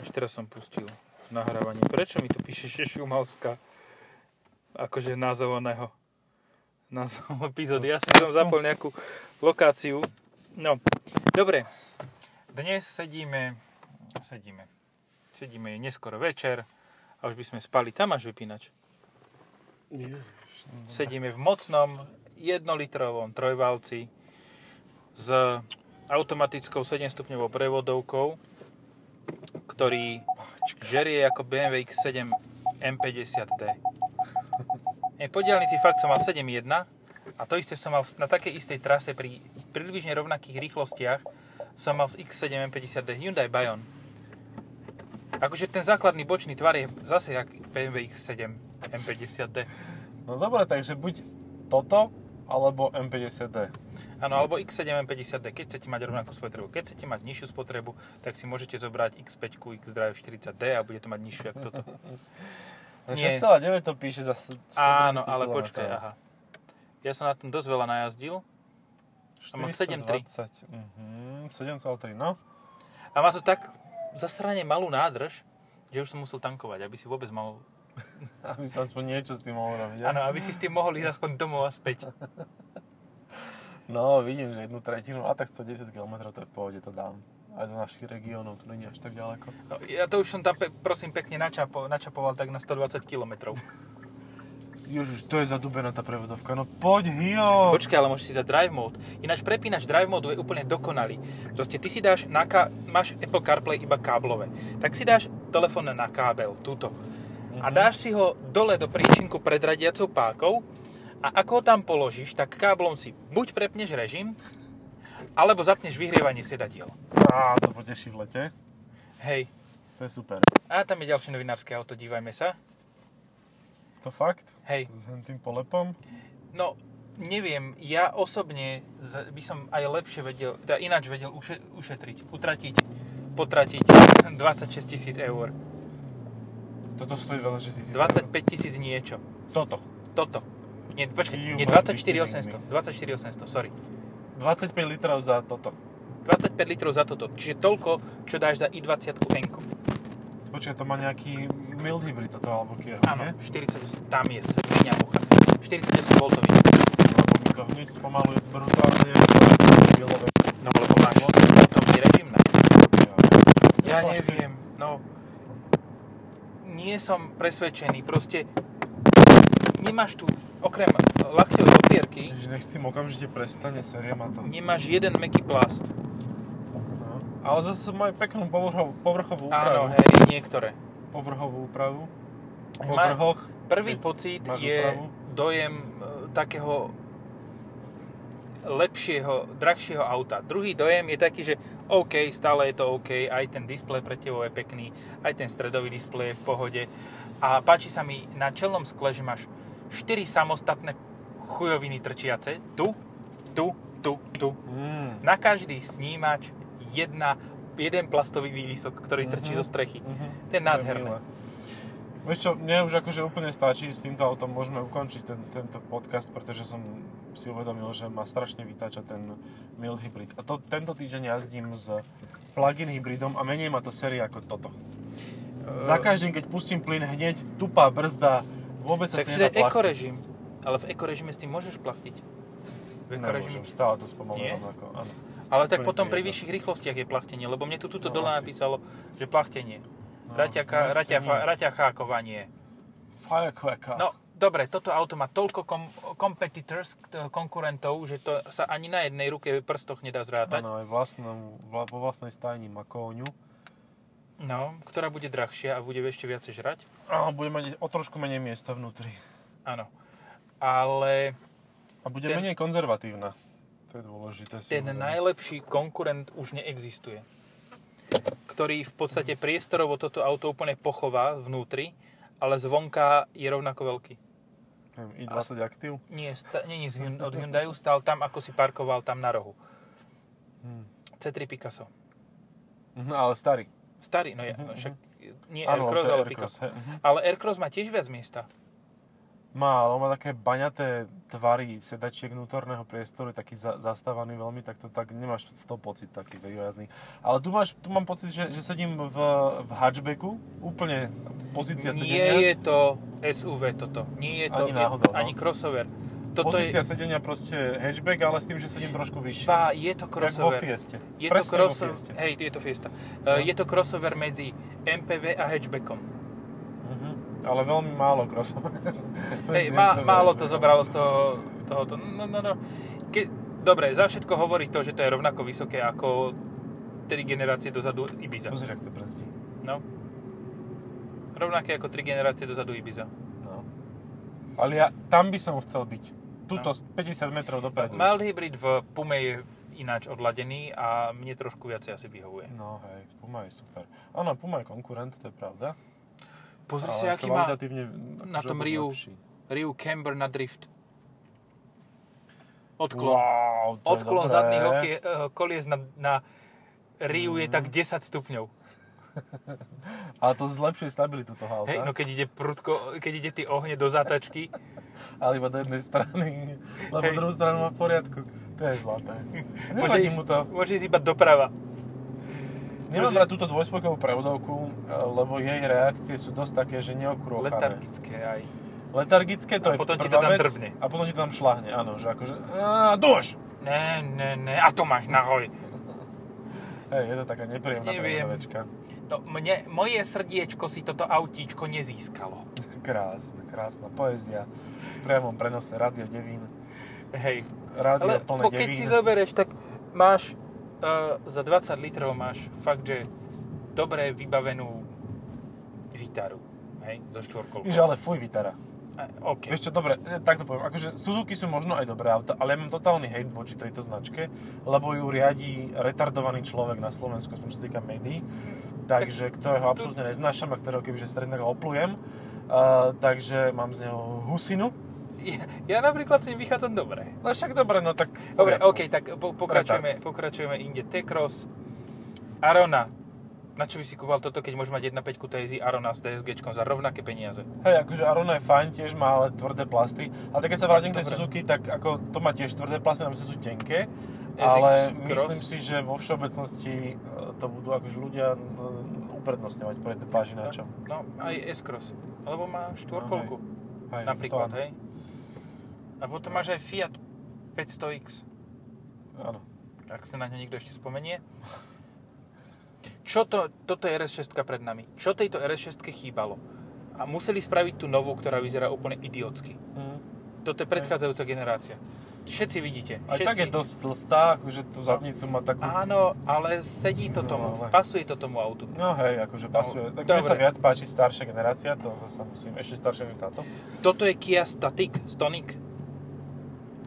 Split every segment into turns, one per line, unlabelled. Až teraz som pustil nahrávanie. Prečo mi tu píše, že Šumavská? Akože názov oného. Názov epizódy. Ja si som zapol nejakú lokáciu. No, dobre. Dnes sedíme, sedíme, sedíme je neskoro večer a už by sme spali. Tam máš vypínač.
Nie.
Sedíme v mocnom jednolitrovom trojvalci s automatickou 7-stupňovou prevodovkou, ktorý žerie ako BMW X7 M50D. E, po diálnici fakt som mal 7.1 a to isté som mal na takej istej trase pri približne rovnakých rýchlostiach som mal z X7 M50D Hyundai Bayon. Akože ten základný bočný tvar je zase jak BMW X7 M50D.
No dobre, takže buď toto, alebo M50D.
Áno, alebo X7 M50D, keď chcete mať rovnakú spotrebu. Keď chcete mať nižšiu spotrebu, tak si môžete zobrať X5, xDrive 40D a bude to mať nižšiu ako toto. Nie.
6,9 to píše za 100
Áno, ale počkaj, aha. Ja som na tom dosť veľa najazdil A má 7,3.
7,3. Mhm, 7,3, no.
a má to tak zasrane malú nádrž, že už som musel tankovať, aby si vôbec mal...
Aby som aspoň niečo s tým mohol robiť.
Áno, aby si s tým mohol ísť aspoň domov a späť.
No, vidím, že jednu tretinu, a tak 110 km to je v pohode, to dám. Aj do našich regiónov, to není až tak ďaleko.
No, ja to už som tam, pe- prosím, pekne načapo, načapoval tak na 120 km.
Jožiš, to je zadubená tá prevodovka, no poď, hio!
Počkaj, ale môžeš si dať drive mode. Ináč prepínač drive mode je úplne dokonalý. Proste ty si dáš, na ka- máš Apple CarPlay iba káblové, tak si dáš telefón na kábel, túto. A
Mhm.
dáš si ho dole do príčinku pred radiacou pákou a ako ho tam položíš, tak káblom si buď prepneš režim, alebo zapneš vyhrievanie sedadiel.
Á, to poteší v lete,
Hej.
to je super.
A tam je ďalšie novinárske auto, dívajme sa.
To fakt?
Hej.
S tým polepom?
No, neviem, ja osobne z- by som aj lepšie vedel, teda ináč vedel uše- ušetriť, utratiť, potratiť 26 tisíc eur.
Toto stojí veľa, že si
25 tisíc niečo.
Toto.
Toto. Nie, počkaj,
You
nie,
must be
24 800,
kidding
24 800, sorry.
25 litrov za toto.
25 litrov za toto, čiže toľko, čo dáš za i20 n
Počkaj, to má nejaký mild hybrid toto, alebo Kia, nie?
Áno, 48, tam je svinia mucha. 48 voltový.
Lebo mi to hneď spomaluje brutálne. Milové.
No, lebo máš voltový režim na Ja
Neplatí.
neviem, no nie som presvedčený, proste nemáš tu, okrem lakťovej opierky,
Ježiš, nech s tým okamžite prestane, série má to.
nemáš jeden meký plast.
No. Ale zase majú peknú povrchovú, povrchovú úpravu.
Áno, hej, niektoré.
Povrchovú úpravu. Po
Má-
vrhoch.
Prvý
Keď
pocit
máš
je
úpravu.
dojem e, takého lepšieho, drahšieho auta. Druhý dojem je taký, že OK, stále je to OK, aj ten displej pre tebou je pekný, aj ten stredový displej je v pohode. A páči sa mi na čelnom skle, že máš 4 samostatné chujoviny trčiace. Tu, tu, tu, tu.
Mm.
Na každý snímač jedna, jeden plastový výlisok, ktorý trčí
Mhm.
zo strechy.
Mhm.
To je nádherné.
milé. Vieš čo, mne už akože úplne stačí, s týmto autom môžeme ukončiť ten, tento podcast, pretože som si uvedomil, že ma strašne vytáča ten mild hybrid. A to, tento týždeň jazdím s plug-in hybridom a menej ma to série ako toto. Za každým, keď pustím plyn, hneď tupá brzda, vôbec sa
Tak si
s nej
daj ekorežim. Ale v ekorežime s tým môžeš plachtiť. V ekorežime.
stále to spomaluje
Nie?
rovnako. Áno.
Ale tak
Úplne
potom
to je
pri
jedno.
vyšších rýchlostiach je plachtenie, lebo mne tu tuto
No,
dole
asi.
napísalo, že plachtenie.
No,
Raťaka,
v meste
raťa,
nie.
raťachákovanie.
Firecracker.
No, dobre, toto auto má toľko kom- competitors, k- konkurentov, že to sa ani na jednej ruke prstoch nedá zrátať.
Áno, aj vlastnom, vla, vo vlastnej stajni má kóňu.
No, ktorá bude drahšia a bude ešte viacej žrať.
A bude mať o trošku menej miesta vnútri.
Áno. Ale
A bude
Ten-
menej konzervatívna. To je dôležité. si
ten
uvedomiť.
najlepší konkurent už neexistuje. Ktorý v podstate
Mhm.
priestorovo toto auto úplne pochová vnútri, ale zvonka je rovnako veľký.
Neviem, I20 aktív?
Nie, sta- není z Hyun- od Hyundai, stál tam, ako si parkoval tam na rohu.
Hm.
C3 Picasso.
Mhm, ale starý.
Starý, no ja,
Mhm,
no však nie
Áno,
Aircross,
to je
ale
Aircross,
Picasso.
hej, mhm.
Ale Aircross má tiež viac miesta.
Má, ale on má také baňaté tvary sedačiek vnútorného priestoru, taký za, zastávaný veľmi, tak to tak nemáš z toho pocit taký výrazný. Ale tu, máš, tu mám pocit, že, že sedím v, v hatchbacku, úplne pozícia sedenia.
Nie je to SUV toto. Nie je to
Ani náhodou, no.
ani crossover. Toto je,
pozícia sedenia proste hatchback, ale s tým, že sedím trošku vyššie.
pá, je to
Jak vo
crossover.
Fieste.
Je to
Presne vo
crossover,
Fieste.
hej, je to Fiesta.
No.
No. Je to crossover medzi MPV a hatchbackom.
Mhm. Ale veľmi málo crossover.
Hej, má, málo to zobralo z toho, tohoto. No, no, no. Ke, dobre, za všetko hovorí to, že to je rovnako vysoké ako 3 generácie dozadu Ibiza.
Pozri, ak to brzdí.
No. Rovnaké ako 3 generácie dozadu Ibiza.
No. Ale ja tam by som chcel byť.
No.
Tuto 50 metrov dopredu.
Mild hybrid v Pume je ináč odladený a mne trošku viacej asi vyhovuje.
No hej, Puma je super. Áno, Puma je konkurent, to je pravda.
Pozri
Ale
sa, aký má
kvalitatívne
na
akože
tom
vôbec
Riu.
lepší.
Riu Camber na drift. Odklon.
Wow, to je
Odklon
dobré.
zadných okie, eh, kolies na, na Riu je tak 10 stupňov.
Ale to zlepšuje stabilitu toho auta.
Hej, no keď ide prudko, keď ide ty ohne do zátačky,
Ale iba do jednej strany, lebo
Hej.
druhú stranu má v poriadku. To je zlaté.
môže
Nevadí
ísť,
mu to.
môže ísť iba doprava.
Nemám
Môže-
rád túto dvojspojkovú prevodovku, e, lebo jej reakcie sú dosť také, že neokrúchané.
Letargické aj.
Letargické to
A
je
potom ti to
prvá
tam
vec,
drbne.
A potom ti to tam šlahne, áno, že akože... Á, dož!
Ne, ne, ne, a to máš nahoj.
Hej, je to taká nepríjemná
Neviem.
prevodovečka.
No, mne, moje srdiečko si toto autíčko nezískalo.
Krásna, krásna poézia. V priamom prenose Radio Devín.
Hej,
Rádio
ale
plné
pokiaľ
Devín.
si zoberieš, tak máš uh, za 20 litrov máš fakt, že dobre vybavenú Vitaru. Hej, zo štvorkolkou.
Víš, ale fuj Vitara.
A, OK.
Vieš čo, dobre, e, tak to poviem. Akože Suzuki sú možno aj dobré auta, ale ja mám totálny hate voči tejto značke, lebo ju riadí retardovaný človek na Slovensku, aspoň čo sa týka médií. Takže, ktorého
tu-
absolútne neznášam a ktorého kebyže stretnem, tak ho oplujem. Uh, takže mám z neho husinu.
Ja, ja napríklad s ním vychádzam dobre.
No však dobre, no tak... v
Dobre,
poriadku.
OK, tak po, pokračujeme, pokračujeme inde. T-Cross, Arona. Na čo by si kúpal toto, keď môžeš mať 1.5 TSI Arona s DSG za rovnaké peniaze?
Hej, akože Arona je fajn, tiež má ale tvrdé plasty. Ale tak keď sa vrátim k tej
Dobre.
Suzuki, tak ako to má tiež tvrdé plasty, nám sa sú tenké.
SX
Ale
Cross?
myslím si, že vo všeobecnosti e, to budú akože ľudia e, uprednostňovať pred pážináčom.
No, aj S-Cross. Alebo má štvorkolku,
No, Hej,
napríklad,
to áno.
hej? A potom máš aj Fiat 500X,
Áno.
ak sa na ňo niekto ešte spomenie. Čo to, toto je RS6 pred nami? Čo tejto RS6 chýbalo? A museli spraviť tú novú, ktorá vyzerá úplne idiotsky.
Mhm.
Toto je predchádzajúca generácia. Všetci vidíte.
Aj
všetci.
tak je dosť tlstá, akože tú zadnicu má takú...
Áno, ale sedí to tomu.
No, ale-
Pasuje to tomu autu.
No hej, akože pasuje. Tak mne
dobre.
sa viac páči staršia generácia, to zase musím, ešte staršia než táto.
Toto je Kia Static, Stonic.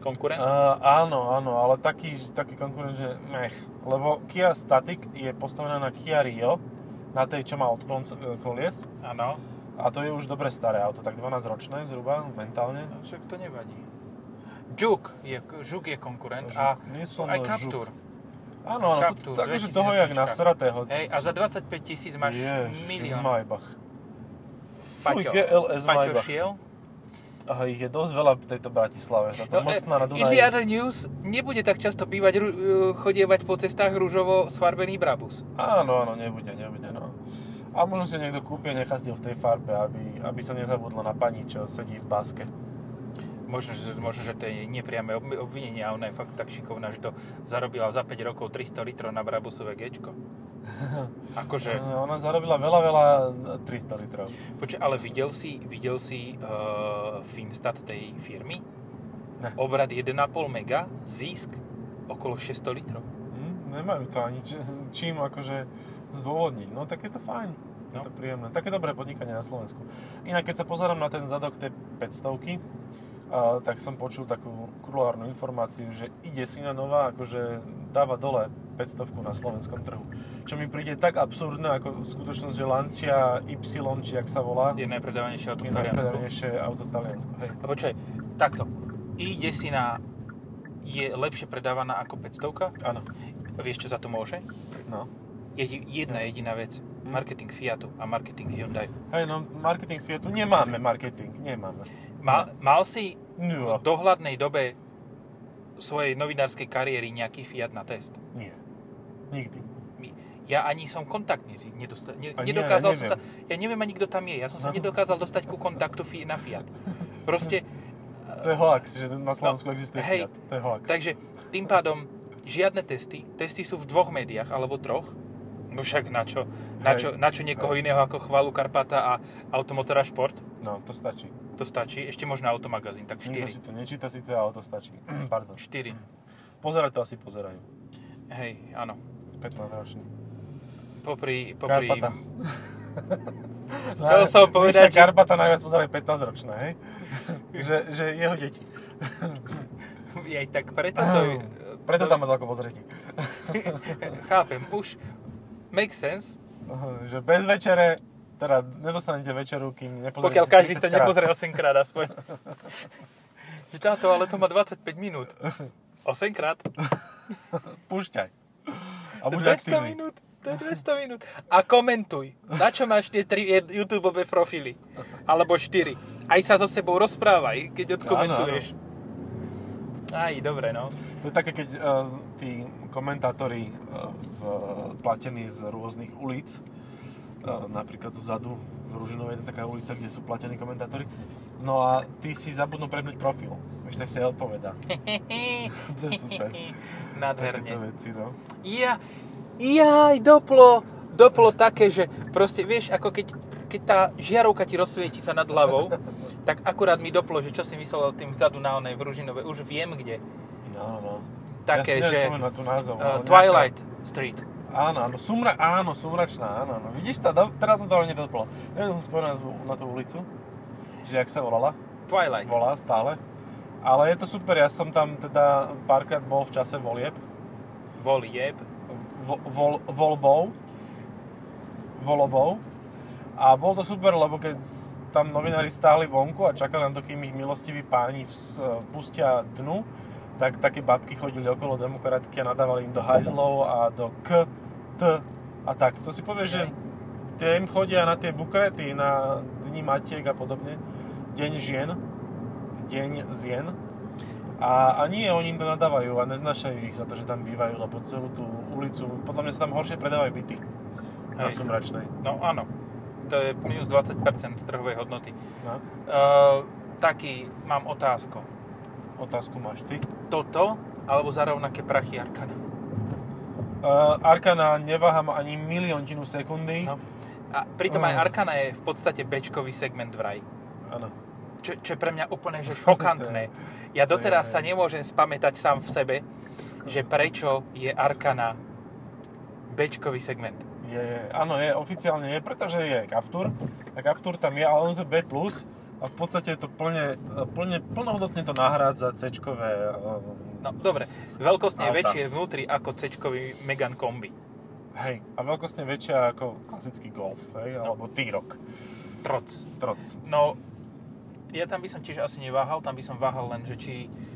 Konkurent.
Uh, áno, áno, ale taký, taký konkurent, že mech. Lebo Kia Static je postavená na Kia Rio, na tej, čo má odklon s- e, kolies.
Áno.
A to je už dobre staré auto, tak 12 ročné zhruba, mentálne.
No, Však to nevadí. Žuk je, žuk je konkurent
Žuk.
a
Nissan
aj
Žuk.
Captur.
Áno, áno,
Captur,
to, takže toho je jak
2008.
nasratého.
Hej, a za 25 tisíc máš
Ježiš,
milión.
Maybach. Fuj,
Paťo.
GLS
Paťo
Maybach.
šiel.
Aha, ich je dosť veľa v tejto Bratislave. Táto no, mostná na
eh, In the
Dunaji.
other news nebude tak často bývať, ru- eh, chodievať po cestách rúžovo sfarbený Brabus.
Áno, áno, nebude, nebude, no. A možno si niekto kúpi a nechá si ho v tej farbe, aby, aby sa nezabudla na pani, čo sedí v baske.
Možno, že, možno, že to je nepriame obvi- obvinenie a ona je fakt tak šikovná, že to zarobila za 5 rokov 300 litrov na Brabusové gečko. Akože,
No, Ona zarobila veľa, veľa 300 litrov.
počuj, ale videl si, videl si uh, Finstat tej firmy?
Ne.
Obrad 1,5 mega, zisk okolo 600 litrov.
Hm, nemajú to ani č- čím akože zdôvodniť. No tak je to fajn. Je
No.
to príjemné. Také dobré podnikanie na Slovensku. Inak keď sa pozerám na ten zadok tej 500 a, tak som počul takú kulárnu informáciu, že ide Sina Nová, akože dáva dole 500 na slovenskom trhu. Čo mi príde tak absurdné, ako skutočnosť, že Lancia Y, či jak sa volá,
Je najpredávanejšie auto
je
v Taliansku.
najpredávanejšie auto v Taliansku. Hej.
A počkaj, takto. I-desina je lepšie predávaná ako 500
Áno,
Vieš, čo za to môže?
no.
Je ti- jedna jediná vec.
Hm.
Marketing Fiatu a marketing Hyundai.
Hej, no marketing Fiatu, nemáme marketing, nemáme.
Mal, mal si v
No.
dohľadnej dobe svojej novinárskej kariéry nejaký Fiat na test?
Nie. Nikdy.
My- Ja ani som kontaktný si nedostal, ne,
A nie,
nedokázal
ja
som sa, ja neviem ani kto tam je, ja som sa
No.
nedokázal dostať ku kontaktu fi, na Fiat. Proste,
To je hoax, že na Slovensku existuje
No, hej,
Fiat. To je hoax.
takže tým pádom žiadne testy, testy sú v dvoch médiách alebo troch, no však na čo, na
Hej.
čo, na čo niekoho iného ako chválu Karpata a Automotora Šport,
No, to stačí.
to stačí, ešte možno Automagazín, tak
Nikto
4.
si to nečíta síce, ale to stačí. Pardon.
4.
Pozerať to asi pozerajú.
Hej, áno.
15 ročný.
Popri, popri
Karpata.
Chcel som povedať,
že...
že-
Karpata najviac pozerajú 15 ročné, hej? že, že jeho deti.
Jej, tak preto to...
Preto tam má toľko pozretí.
Chápem, už make sense,
že bez večere, teda nedostanete večeru, kým nepozriete
pokiaľ
si
každý to
10 krát.
nepozrie 8 krát aspoň. Že táto, ale to má 25 minút. 8 krát,
Púšťaj. A buď
200
aktívny.
minút, to je 200 minút. A komentuj, na čo máš tie 3 YouTube profily, alebo 4. Aj sa so sebou rozprávaj, keď odkomentuješ. Aj, dobre, no.
To je také, keď uh, tí komentátori uh, v, platení z rôznych ulic, uh, napríklad vzadu v Ružinovej je taká ulica, kde sú platení komentátori, no a ty si zabudnú prehnúť profil. Vieš, tak si aj odpovedá. To je super. Takéto
Nádherne.
veci, no.
Ja, jaj, doplo, doplo také, že proste vieš, ako keď, keď tá žiarovka ti rozsvieti sa nad hlavou, tak akurát mi doplo, že čo si myslel tým vzadu na onej v Ružinove, už viem kde.
No, no, no.
Také,
ja si
že
neviem spomenúť tú názov.
uh,
ale nejaká-
Twilight Street.
Áno, áno, sumra, áno, sumračná, áno, áno. Vidíš, tá, do- teraz som to ani nedoplo. Neviem, som spomenul na tú, na tú ulicu, že jak sa volala.
Twilight.
volá stále. Ale je to super, ja som tam teda párkrát bol v čase volieb,
Volieb.
vo, vol, voľbou, volobou. A bol to super, lebo keď s- tam novinári stáli vonku a čakali na to, kým ich milostiví páni vs, e, pustia dnu, tak také babky chodili okolo demokratky a nadávali im do hajzlov a do k, t a tak. To si povieš, že
Hej.
tie im chodia na tie bukrety, na dni matiek a podobne. Deň žien, deň zien. A, a nie, oni im to nadávajú a neznašajú ich za to, že tam bývajú, lebo celú tú ulicu, podľa mňa sa tam horšie predávajú byty na
Hej.
Sumračnej.
No áno, to je minus 20% z trhovej hodnoty.
No,
Uh, taký mám otázku.
otázku máš ty.
Toto alebo za rovnaké prachy Arkana?
Uh, Arkana neváham ani miliontinu sekundy.
No. A pritom aj
Mm.
Arkana je v podstate bečkový segment vraj.
Áno.
čo, čo je pre mňa úplne že šokantné. Ja doteraz sa nemôžem spamätať sám v sebe, že prečo je Arkana Bčkový segment.
Je, je, áno, je, oficiálne je, pretože je Captur. A Captur tam je, ale ono to je B+. A v podstate to plne, eh, plne, plnohodnotne to nahrádza C-čkové... eh,
No dobre, veľkostne je
Auta.
väčšie vnútri ako C-čkový Megan Kombi.
Hej, a veľkostne väčšia ako klasický Golf, hej,
No.
alebo T-Roc,
Troc.
Troc.
No, ja tam by som tiež asi neváhal, tam by som váhal len, že či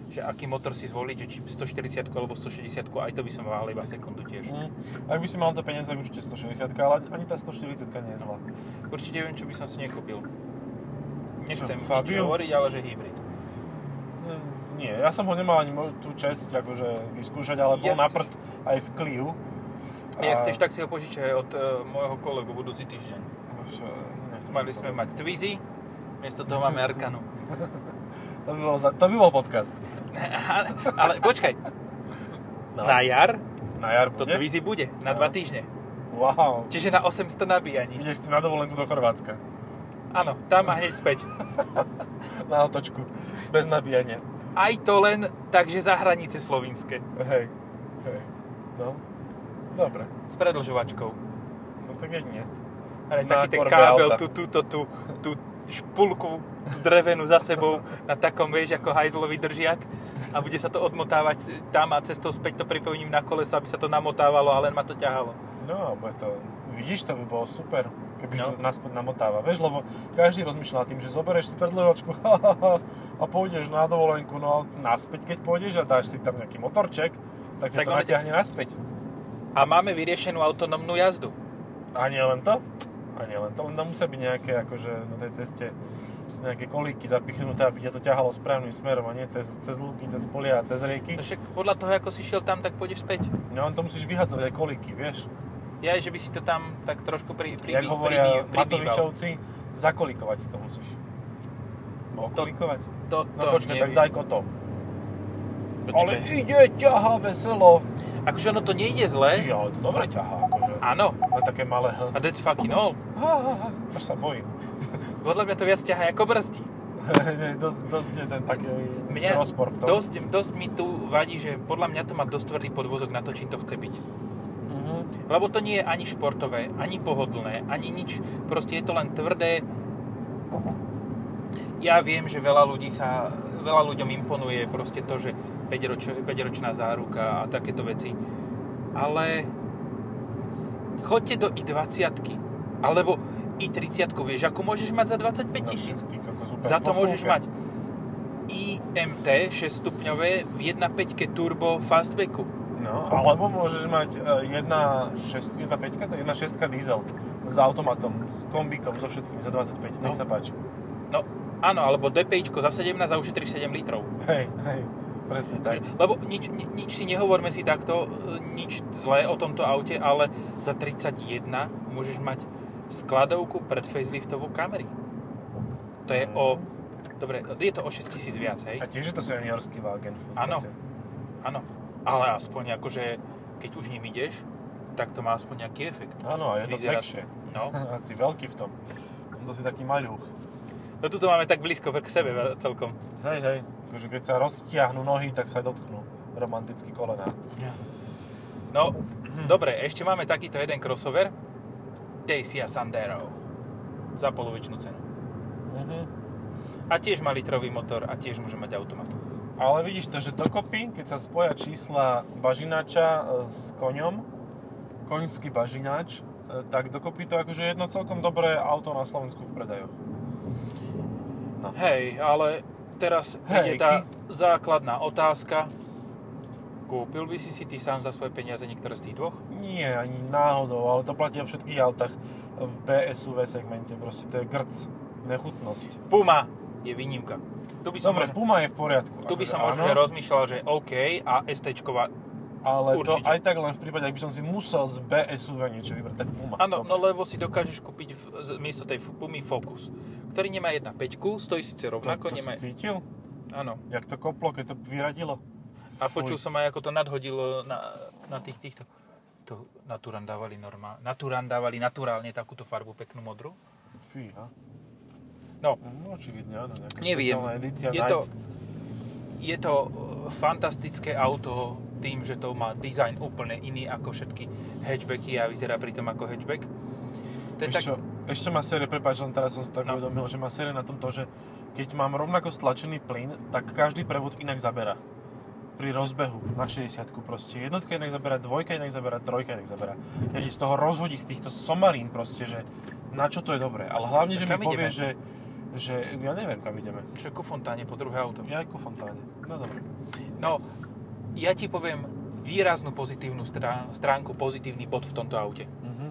že aký motor si zvoliť, že či 140 alebo 160, aj to by som váhal iba sekundu tiež.
Mm. Ak by si mal to peniaze, tak určite 160, ale ani tá 140 nie je zlá.
Určite viem, čo by som si nekúpil. Nechcem
Čo,
nič
Fabiu?
hovoriť, ale že hybrid.
Mm, Nie, ja som ho nemal ani mo- tú čest akože vyskúšať, ale bol
Jak
na
chceš.
prd aj v Clio.
A Ak chceš, tak si ho požičaj od e, môjho kolegu budúci týždeň.
Čo- ne, to
Mali
som
sme
povedal.
mať Twizy, miesto toho máme Arkanu.
To by bol, za, to by bol podcast.
Ale, ale počkaj,
No.
na jar
Na jar
to
bude?
Twizy bude, na
No.
dva týždne.
Wow.
Čiže na 800 nabíjaní.
Ideš si na dovolenku do Chorvátska.
Áno, tam a hneď späť.
Na otočku. Bez nabíjania.
Aj to len takže za hranice slovinské.
Hej. Hej. No. Dobre.
S predlžovačkou.
No tak jedne.
Ale
Na
taký ten
korbe
kábel,
auta.
tú, túto, tú, tú špulku, tú drevenú za sebou, na takom, vieš, ako hajzlový držiak a bude sa to odmotávať tam a cestou späť to pripevním na koleso, aby sa to namotávalo a len ma to ťahalo.
No, bude to... Vidíš, to by bolo super, keby
No.
no. to naspäť namotáva. Vieš, lebo každý rozmýšľa nad tým, že zoberieš si predlevačku a pôjdeš na dovolenku, no ale naspäť, keď pôjdeš a dáš si tam nejaký motorček, tak ťa
Tak
to
máme-
natiahne naspäť.
A máme vyriešenú autonómnu jazdu.
A nie len to? A nie len to, len tam musia byť nejaké, akože na tej ceste nejaké kolíky zapichnuté, aby ťa to ťahalo správnym smerom a nie cez, cez lúky, cez polia a cez rieky.
No však podľa toho, ako si šiel tam, tak pôjdeš späť.
No on to musíš vyhadzovať aj kolíky, vieš.
Ja, že by si to tam tak trošku pri, pri,
Jak hovoria Matovičovci, zakolikovať si to musíš.
To-
Bo okolikovať?
To, to
No počkaj, tak
neviem.
daj koto. Ale
Počkaj.
ide, ťahá veselo.
Akože ono to nejde
Ty,
zle.
ale to dobre ťahá, akože.
Áno.
Na také malé H.
A that's fucking all.
Ha, ha, ha. Až sa bojím.
Podľa mňa to viac ťahá ako brzdí.
dosť, dosť je ten taký
Mňa
rozpor v tom.
Dosť, dosť mi tu vadí, že podľa mňa to má dosť tvrdý podvozok na to, čím to chce byť.
Mhm.
Lebo to nie je ani športové, ani pohodlné, ani nič. Proste je to len tvrdé. Ja viem, že veľa ľudí sa, veľa ľuďom imponuje proste to, že 5, roč, 5 ročná záruka a takéto veci. Ale choďte do i20 alebo i30, vieš, ako môžeš mať za 25 tisíc.
Ty kokos, úplne
Za to
fofúke.
môžeš mať IMT 6 stupňové v 1.5 turbo fastbacku.
No, alebo môžeš mať e, 1.5, to je 1.6 diesel s automatom, s kombíkom, so všetkým za 25, nech
No.
sa páči.
No áno, alebo DPI za 17 a ušetríš 7 litrov.
Hej, hej, presne tak.
Že- Lebo nič, ni- nič si nehovorme si takto, e, nič zlé o tomto aute, ale za 31 môžeš mať skladovku pred faceliftovú kamery. To je o... Dobre, je to o 6 tisíc viac, hej?
A tiež je to seniorský Wagen v
Áno.
podstate.
Áno. Ale aspoň akože, keď už ním ideš, tak to má aspoň nejaký efekt.
Áno, a je to
Vyzerá-
pekšie.
No.
Asi veľký v tom. To si taký maľuch.
No tuto máme tak blízko k sebe veľ- celkom.
Hej, hej, akože keď sa roztiahnu nohy, tak sa aj dotknú romanticky kolená.
No, dobre, ešte máme takýto jeden crossover. Dacia Sandero. Za polovičnú cenu.
Mhm.
A tiež má litrový motor a tiež môže mať automat.
Ale vidíš to, že dokopy, keď sa spoja čísla bažinača e, s koňom, koňský bažinač, e, tak dokopy to akože jedno celkom dobré auto na Slovensku v predajoch.
Hej, ale teraz príde
Hejky.
tá základná otázka. Kúpil by si si ty sám za svoje peniaze niektoré z tých dvoch?
Nie, ani náhodou, ale to platí vo všetkých autách v BSUV segmente, proste to je grc, nechutnosť.
Puma je výnimka. Tu by som,
Dobre,
možno,
Puma je v poriadku.
tu by
akože
som možno
áno.
že rozmýšľal, že OK a STčková
Ale
Určite.
to aj tak len v prípade, ak by som si musel z BSUV niečo vybrať, tak Puma.
Áno, no
Dobre.
lebo si dokážeš kúpiť v, z, miesto tej f- Pumy Focus, ktorý nemá 1.5, stojí síce rovnako,
to, to
nemá...
si cítil?
Áno.
Jak to koplo, keď to vyradilo?
A
Fuj.
počul som aj, ako to nadhodilo na, na tých týchto. To Naturan dávali normálne. Naturan dávali naturálne takúto farbu peknú modrú.
Fíha.
No.
No, očividne, áno. Nejaká
Neviem.
špeciálna edícia
Je
Night.
to, je to e, fantastické auto tým, že to má dizajn úplne iný ako všetky hatchbacky a vyzerá pritom ako hatchback. To je
Vieš
tak...
čo, ešte má série, prepáč, len teraz som si tak
No.
uvedomil, že má série na tom to, že keď mám rovnako stlačený plyn, tak každý prevod inak zabera. Pri rozbehu na 60 proste. Jednotka inak zabera, dvojka inak zabera, trojka inak zabera. Ja ti z toho rozhodí z týchto somarín proste, že na čo to je dobré. Ale hlavne,
Tak
že
kam
mi povie,
ideme?
že, že ja neviem, kam ideme.
Čo je ku fontáne po druhé auto.
Ja aj ku fontáne. No dobre.
No, ja ti poviem výraznú pozitívnu strá- stránku, pozitívny bod v tomto aute.
Mhm.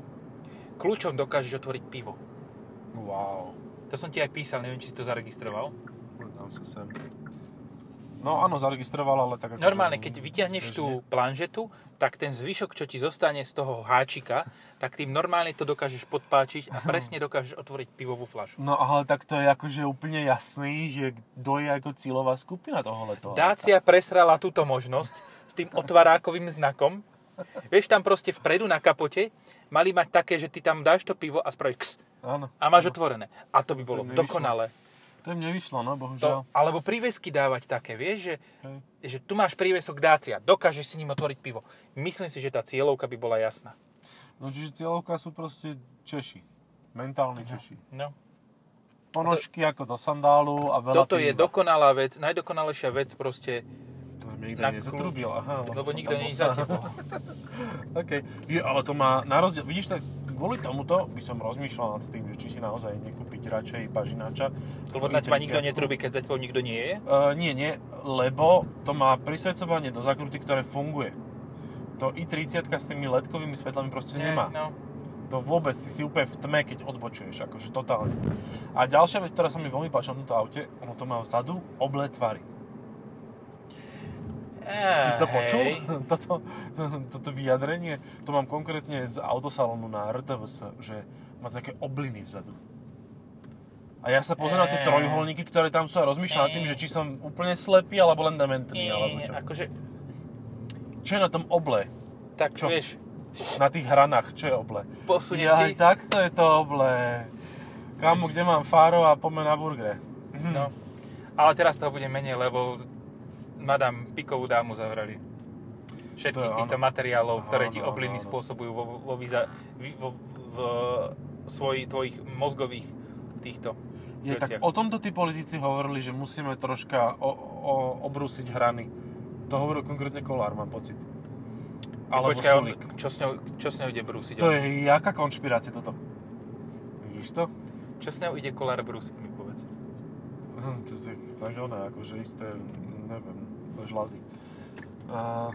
Kľúčom dokážeš otvoriť pivo.
Wow.
To som ti aj písal, neviem, či si to zaregistroval.
Dám sa sem. No áno, zaregistroval, ale tak ako...
Normálne, keď vyťahneš tú planžetu, tak ten zvyšok, čo ti zostane z toho háčika, tak tým normálne to dokážeš podpáčiť a presne dokážeš otvoriť pivovú flašu.
No ale tak to je akože úplne jasný, že kto je ako cieľová skupina tohohle toho.
Dácia presrala túto možnosť s tým otvárákovým znakom. Vieš, tam proste vpredu na kapote mali mať také, že ty tam dáš to pivo a spravíš ks
Áno,
a máš otvorené. A to by bolo
To mi vyšlo.
dokonalé.
to im nevyšlo, no
To,
bohužiaľ.
alebo prívesky dávať také, vieš, že,
Hej.
že tu máš prívesok Dacia, dokážeš si ním otvoriť pivo. Myslím si, že tá cieľovka by bola jasná.
No čiže cieľovka sú proste Češi. Mentálni Češi.
No.
Ponožky ako do sandálu a veľa
Toto je
piva.
dokonalá vec, najdokonalejšia vec proste,
To nám nikto
na
nezatrubil, aha.
lebo
som
nikto
tam
nie je
bol
za
sám.
tebou.
OK. Je, ale to má na rozdiel, vidíš, tak kvôli tomuto by som rozmýšľal nad tým, že či si naozaj nekúpiť radšej bažináča.
Lebo na teba nikto
Ako i 30-ku.
netrubí, keď za tebou nikto nie je.
E, nie, nie, lebo to má prisvedcovanie do zakruty, ktoré funguje. To i30 s tými ledkovými svetlami proste nemá.
No.
to vôbec, ty si úplne v tme, keď odbočuješ, akože totálne. A ďalšia vec, ktorá sa mi veľmi páčila na tomto aute, ono to má vzadu oblé tvary. Si to počul?
Hej.
Toto, toto vyjadrenie, to mám konkrétne z autosalónu na RTVS, že má také obliny vzadu. A ja sa pozerám na tie
Ehm.
trojuholníky, ktoré tam sú a rozmýšľam nad tým, že či som úplne slepý, alebo len dementný, alebo čo.
Nie, akože,
Čo je na tom oble?
tak čo?
Čo?
vieš,
Na tých hranách, čo je oble?
posuniem
Ja,
ti,
takto je to oble. Kamo, kde mám fáro a poďme na burger.
no. Ale teraz toho bude menej, lebo madam Pikovú dámu zavrali. Všetkých
To je
týchto
áno.
materiálov, ktoré ti
Áno,
obliny
áno.
spôsobujú vo, vo, výza, vy- vo, v svoji, tvojich mozgových týchto
Je, tak
veciach.
o tomto tí politici hovorili, že musíme troška o, o, obrúsiť hrany. To hovoril konkrétne Kolár, mám pocit. Alebo
Počkaj, on,
Sulik.
čo, s ňou, čo s ňou ide brúsiť?
To je jaká konšpirácia toto? Vidíš to?
Čo s ňou ide kolár brúsiť, mi povedz.
Hm, to je tak ona, akože isté, neviem, žlazy. A,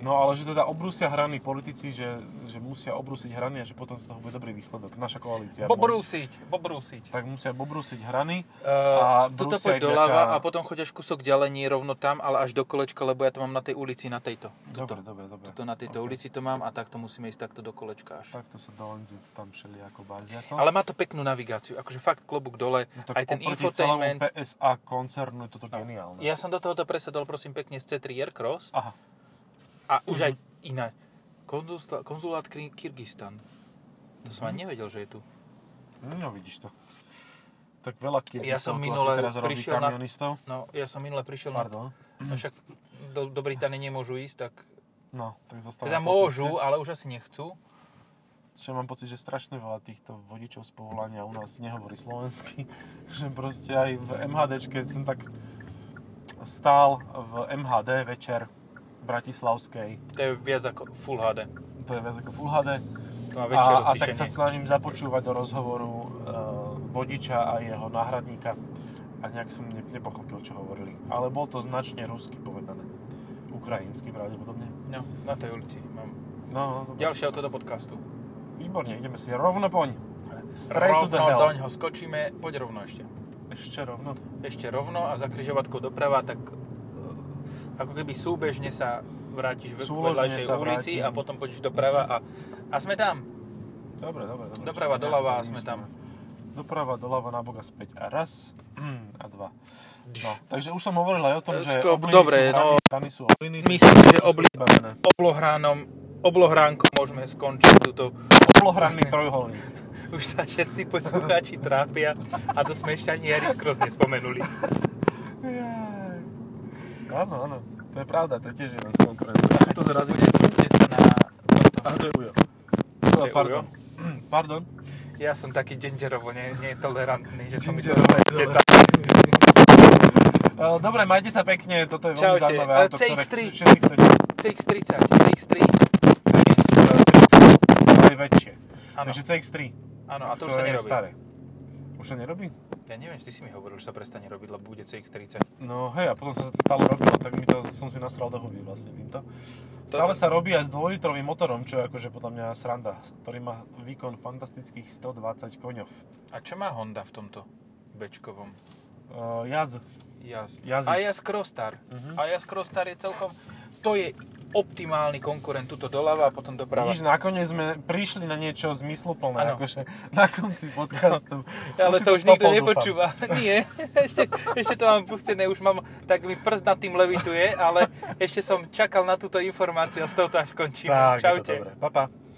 no ale že teda obrusia hrany politici, že, že musia obrusiť hrany a že potom z toho bude dobrý výsledok. Naša koalícia.
Pobrúsiť, pobrúsiť.
Tak musia obrusiť hrany.
Uh,
A
tuto poď
Brusel je
doľava
taká-
a potom choď až kúsok ďalej, nie rovno tam, ale až do kolečka, lebo ja to mám na tej ulici, na tejto.
Dobre,
Tuto,
dobre, dobre.
tuto na tejto
Ok.
ulici to mám a takto musíme ísť takto do kolečka až.
Takto sa dolenziť tam šeli ako barziako.
Ale má to peknú navigáciu, akože fakt klobúk dole,
No
aj ten
oproti
infotainment.
celému PSA koncernu je toto geniálne.
Ja som do tohoto presadol prosím pekne z C3 Aircross
Aha,
a
Mhm.
už aj iná. Konzulsta- Konzulát Kry- Kyrgyzstan. To som
Mhm.
ani nevedel, že je tu.
no vidíš to. Tak veľa kedy
Ja som minule
teraz robí
prišiel na-
kamionistov.
No, ja som minule prišiel, na,
Pardon. Mhm.
no však do, do Británie nemôžu ísť, tak
No, tak zostávam.
teda môžu, ale už asi nechcú.
Čo mám pocit, že strašne veľa týchto vodičov z povolania u nás nehovorí slovensky. Že proste aj v MHDčke som tak stál v MHD večer v Bratislavskej.
To je viac ako Full HD.
To je viac ako Full HD.
To má väčšie
a, a tak
rozlíšenie.
sa snažím započúvať do rozhovoru e, vodiča a jeho náhradníka a nejak som ne, nepochopil, čo hovorili. Ale bol to značne rusky povedané. Ukrajinsky pravdepodobne.
No, na tej ulici mám.
No, no, dobre.
Ďalšie auto do podcastu.
Výborne, ideme si rovno poň.
Rovno
Straight to the hell.
doň ho skočíme, poď rovno ešte.
Ešte rovno.
Ešte rovno a za križovatkou doprava, tak eh, ako keby súbežne sa vrátiš v
Súložne
vedľajšej
sa
ulici
vrátim.
a potom pôjdeš doprava a, a sme tam.
Dobre, dobre, dobre.
Doprava,
Ešte
doľava
nejako
a sme
vymyslíme.
tam.
Doprava, doľava, nabok a späť. A raz a dva. No,
No.
takže už som hovoril aj o tom, že
Skop,
obliny
dobre,
sú hrany,
no.
hrany sú obliny.
Myslím, že obli-
Vybavené.
Oblohránom, oblohránkom môžeme skončiť túto.
Polohranný trojuholník.
Už sa všetci poslucháči trápia a to sme ešte ani Harry Cross nespomenuli.
Jaj. Áno, áno. To je pravda, to je tiež jeden z konkurentov. Ako to zrazí?
na toto.
Aha, to je Ujo.
To je
Pardon.
Ujo.
Pardon.
Ja som taký gingerovo ne, netolerantný, že som mi to
Gingerovo
Že
netolerantný. E, Dobre, majte sa pekne, toto je veľmi
Čaute.
zaujímavé
A
auto, ktoré
CX-3.
chce- všetci chcete.
CX-30, CX-3,
To je väčšie.
áno,
Takže CX-3.
áno, a to už sa
je
nerobí.
staré. Už sa nerobí?
Ja neviem, či ty si mi hovoril, že sa prestane robiť, lebo bude CX-30.
No hej, a potom sa to stále robilo, tak mi to, som si nasral do huby vlastne týmto. Stále sa robí aj s dvojlitrovým motorom, čo je akože podľa mňa sranda, ktorý má výkon fantastických 120 koňov.
A čo má Honda v tomto bečkovom?
Uh, jaz.
Jaz.
Jazyk.
A Jaz Crossstar. A Jaz Crossstar je celkom... To je optimálny konkurent, tuto doľava a potom doprava.
Vidíš, nakoniec sme prišli na niečo zmysluplné,
Áno.
akože na konci podcastu.
Ale
si
to už nikto
stopol, dúfam.
nepočúva. Nie, ešte, ešte to mám pustené, už mám, tak mi prst nad tým levituje, ale ešte som čakal na túto informáciu a s touto až končím.
Tak, je to
Čaute.
dobre. Pa, pa.